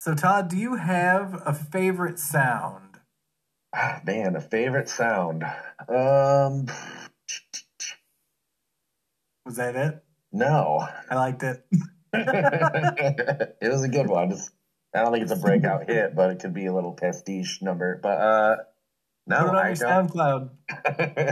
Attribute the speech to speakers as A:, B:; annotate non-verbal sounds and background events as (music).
A: So, Todd, do you have a favorite sound?
B: Ah, man, a favorite sound. Um,
A: Was that it?
B: no, (laughs)
A: I liked it.
B: it was a good one. It's- I don't think it's a breakout hit, but it could be a little pastiche number. But uh, no,
A: Put it on
B: I
A: your
B: don't.
A: SoundCloud.